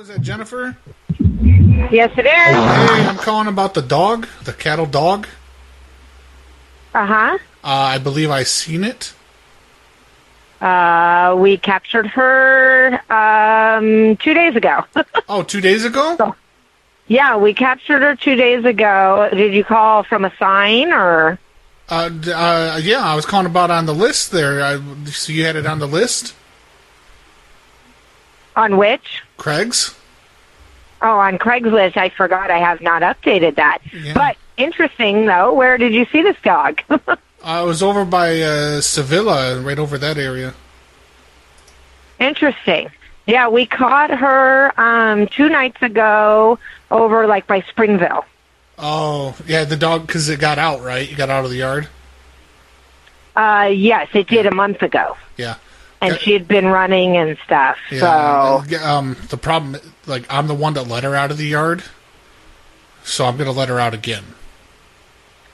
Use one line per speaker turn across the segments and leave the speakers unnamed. Is that Jennifer?
Yes, it is.
Hey, I'm calling about the dog, the cattle dog.
Uh huh.
Uh, I believe I seen it.
Uh, we captured her um, two days ago.
Oh, two days ago.
yeah, we captured her two days ago. Did you call from a sign or?
Uh, d- uh, yeah, I was calling about on the list there. I, so you had it on the list,
On which?
Craig's.
Oh, on Craigslist. I forgot I have not updated that.
Yeah.
But interesting, though, where did you see this dog?
I was over by uh, Sevilla, right over that area.
interesting. Yeah, we caught her um, two nights ago over like by Springville.
Oh, yeah, the dog because it got out, right? It got out of the yard.
Uh, yes, it did a month ago.
Yeah.
And
Yeah.
she had been running and stuff.
Yeah.
So,
and, Um, the problem, like, I'm the one that let her out of the yard, so I'm gonna let her out again.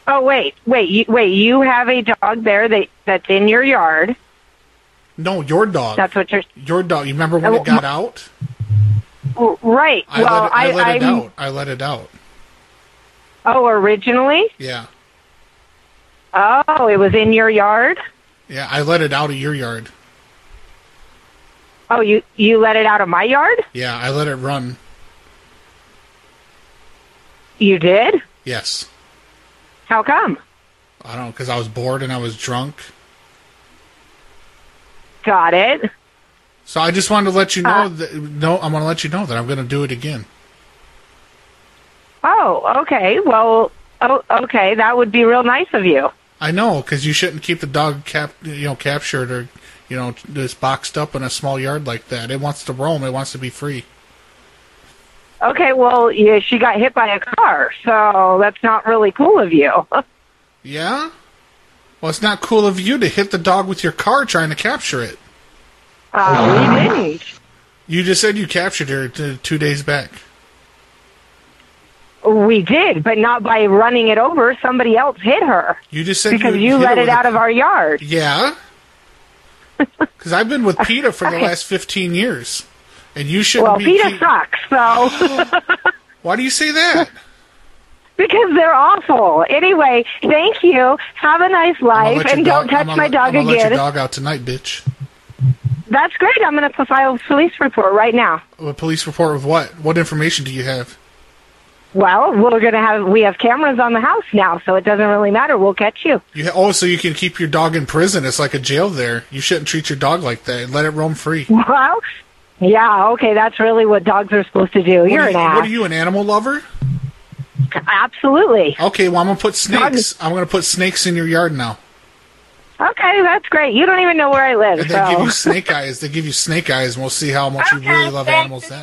oh wait, wait, you, wait. You have a dog there that that's in your yard.
No, your dog.
That's what you're
your dog. You remember when
Oh,
it got out?
w- right.
I
well,
let it, I, let it
I'm-
out. I let it out.
Oh, originally.
Yeah,
Oh, it was in your yard.
yeah. I let it out of your yard.
Oh, you you let it out of my yard.
Yeah, I let it run.
You did.
Yes,
How come?
I don't because I was bored and I was drunk.
Got it.
So I just wanted to let you know
Uh,
that no, I'm gonna let you know that I'm gonna do it again.
Oh, okay. Well, oh, okay. That would be real nice of you.
I know because you shouldn't keep the dog cap, you know, captured or you know, just boxed up in a small yard like that. It wants to roam. It wants to be free.
Okay. Well, yeah, she got hit by a car, so that's not really cool of you.
Yeah. Well, it's not cool of you to hit the dog with your car trying to capture it.
Uh, we didn't.
You just said you captured her t- two days back.
We did, but not by running it over. Somebody else hit her
You just said
because
you,
you
hit her
let it
with a-
out of our yard.
Yeah. Because I've been with PETA for the last 15 years. And you shouldn't
Well,
be.
PETA
keep-
sucks, so
Why do you say that?
because they're awful. Anyway, thank you. Have a nice
I'ma
life,
let your
and
dog-
don't touch
I'ma
my
let-
dog
I'ma let
again.
your dog out tonight, bitch.
That's great. I'm going to file a police report right now.
A police report with what? What information do you have?
Well, we're going to have we have cameras on the house now, so it doesn't really matter. We'll catch you.
You ha- oh, so you can keep your dog in prison. It's like a jail there. You shouldn't treat your dog like that. Let it roam free. What
Well, yeah, okay. That's really what dogs are supposed to do. You're
are
an
you-
ass.
what are you, an animal lover?
Absolutely.
Okay, well I'm gonna put
Dog
snakes.
is-
I'm gonna put snakes in your yard now.
Okay, that's great. You don't even know where I live.
And they
so.
give you snake eyes. They give you snake eyes, and we'll see how much you really love animals then.